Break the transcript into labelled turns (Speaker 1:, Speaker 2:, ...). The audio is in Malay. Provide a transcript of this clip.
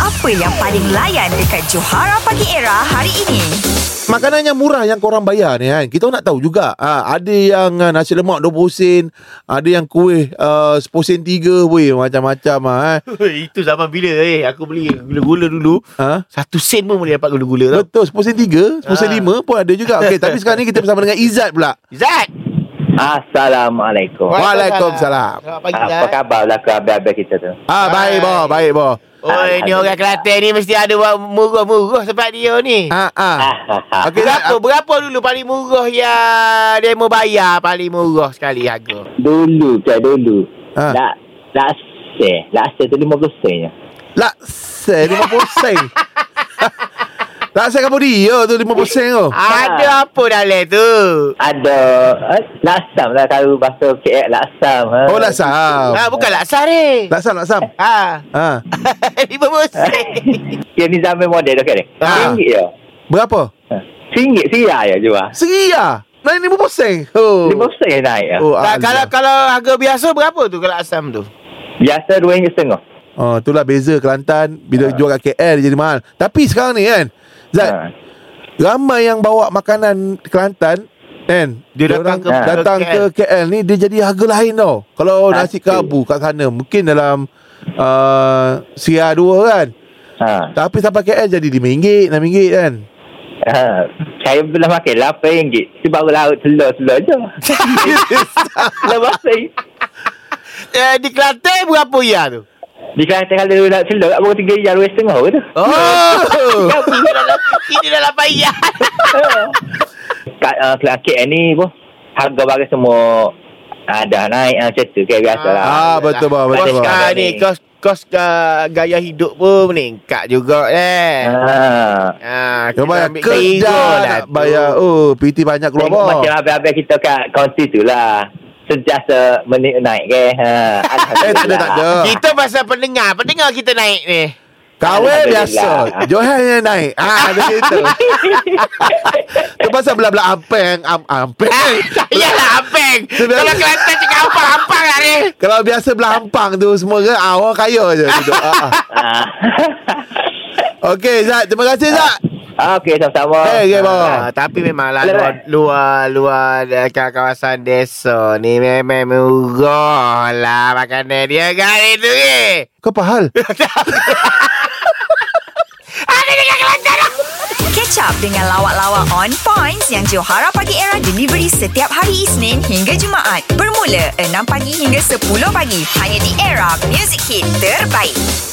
Speaker 1: Apa yang paling layan dekat Johara Pagi Era hari ini?
Speaker 2: Makanan yang murah yang korang bayar ni kan Kita nak tahu juga ha, Ada yang ha, nasi lemak 20 sen Ada yang kuih uh, 10 sen 3 Weh macam-macam ha, eh.
Speaker 3: Itu zaman bila eh Aku beli gula-gula dulu
Speaker 2: ha?
Speaker 3: Satu sen pun boleh dapat gula-gula tau
Speaker 2: Betul 10 sen 3 10 sen
Speaker 3: Ah.
Speaker 2: 5 pun ada juga okay, Tapi sekarang ni kita bersama dengan Izzat pula
Speaker 3: Zat
Speaker 4: Assalamualaikum.
Speaker 2: Waalaikumsalam.
Speaker 3: Selamat pagi
Speaker 4: Apa
Speaker 3: Zat
Speaker 4: khabar lah ke abang-abang kita tu?
Speaker 2: Ah, Baik
Speaker 3: Hai.
Speaker 2: boh Baik boh
Speaker 3: Oi ni orang Kelantan ni Mesti ada buat murah-murah Sebab dia ni
Speaker 2: Ah, ah.
Speaker 4: Ah,
Speaker 2: Okey,
Speaker 3: Berapa
Speaker 2: Zat,
Speaker 3: berapa dulu paling murah yang demo bayar paling murah sekali harga?
Speaker 4: dulu ke dulu.
Speaker 2: Ah.
Speaker 4: Lak laksa. Laksa tu lima sen je.
Speaker 2: Laksa 50 sen Laksa Cambodia tu 50 sen tu
Speaker 4: Oh.
Speaker 3: Ada apa dalam tu?
Speaker 4: Ada eh, laksam lah kalau bahasa KL laksam. Ha.
Speaker 2: Oh laksam
Speaker 3: Ha, bukan laksa ni.
Speaker 2: Laksam laksam
Speaker 3: Ha.
Speaker 2: ha.
Speaker 3: Lima musim.
Speaker 4: Dia ni zaman model dah kan?
Speaker 2: Ah.
Speaker 4: Ringgit je.
Speaker 2: Berapa?
Speaker 4: Ha. Ringgit sia je jual.
Speaker 2: Seria lah. Lain 50 sen oh.
Speaker 4: Lima sen je naik. Oh.
Speaker 2: Oh, alah.
Speaker 3: Tak, kalau kalau harga biasa berapa tu kalau asam tu?
Speaker 4: Biasa dua ringgit setengah.
Speaker 2: Oh, itulah beza Kelantan bila
Speaker 4: Ha.
Speaker 2: jual kat KL dia jadi mahal. Tapi sekarang ni kan, Zat,
Speaker 4: Ha.
Speaker 2: ramai yang bawa makanan Kelantan kan
Speaker 3: Dia
Speaker 2: orang
Speaker 3: datang ke-
Speaker 2: ha. datang ke
Speaker 3: ke
Speaker 2: KL ni dia jadi harga lain tau. Kalau nasi
Speaker 4: Pasti.
Speaker 2: kabu kat sana mungkin dalam uh, Sia 2 kan.
Speaker 4: Ha.
Speaker 2: Tapi sampai KL jadi RM5, RM6 kan.
Speaker 4: ha. Saya belum makan lah, lapan ringgit. Tu baru laut telur-telur je. Lepas tu,
Speaker 3: Eh, di Kelantan berapa ya tu?
Speaker 4: di Kelantan kalau nak telur, kat baru tiga ringgit, dua ringgit setengah ke tu.
Speaker 2: Oh.
Speaker 3: Ini ya. dalam payah.
Speaker 4: Kat uh, Kelang KL ni pun harga barang semua ada naik ah, macam tu kayak biasa lah.
Speaker 2: Ah, betul, bang, betul,
Speaker 3: Kos
Speaker 2: bang.
Speaker 3: sekarang ni, kos kos uh, gaya hidup pun meningkat juga eh.
Speaker 4: Ah.
Speaker 3: Ha,
Speaker 2: Dia
Speaker 3: kita
Speaker 2: bayar
Speaker 3: ambil
Speaker 2: kerja
Speaker 3: kira
Speaker 2: nak
Speaker 3: tu.
Speaker 2: bayar. Oh, PT banyak keluar
Speaker 4: Tengok
Speaker 2: bawah.
Speaker 4: macam habis-habis kita kat kaunti tu lah. Sentiasa menik naik ke. Ha.
Speaker 2: Eh, tak ada, tak ada.
Speaker 3: Kita pasal pendengar, pendengar kita naik ni.
Speaker 2: Kahwin
Speaker 4: Alhamdulillah.
Speaker 2: biasa. Johan yang naik. Ah, ada cerita. tu pasal belah-belah ampeng, am, ampeng.
Speaker 3: Yalah, Apeng.
Speaker 2: Dia biasa.
Speaker 3: Ya, Kalau Kelantan cakap ampang-ampang lah ni.
Speaker 2: Kalau biasa belah ampang tu semua ke ah, orang kaya je duduk. Ah, ah.
Speaker 4: Ah.
Speaker 2: Okey, Zat. Terima kasih, Zat.
Speaker 4: Ah, Okey, sama-sama.
Speaker 2: Eh, okay,
Speaker 3: Ah,
Speaker 2: bawah.
Speaker 3: tapi memanglah
Speaker 4: Alah,
Speaker 3: luar luar luar dekat kawasan desa ni memang murah lah makanan dia kali tu ni.
Speaker 2: Kau apa hal?
Speaker 3: Ada dekat Kelantan dah.
Speaker 1: Catch up dengan lawak-lawak on points yang Johara Pagi Era delivery setiap hari Isnin hingga Jumaat. Bermula 6 pagi hingga 10 pagi. Hanya di Era Music Hit Terbaik.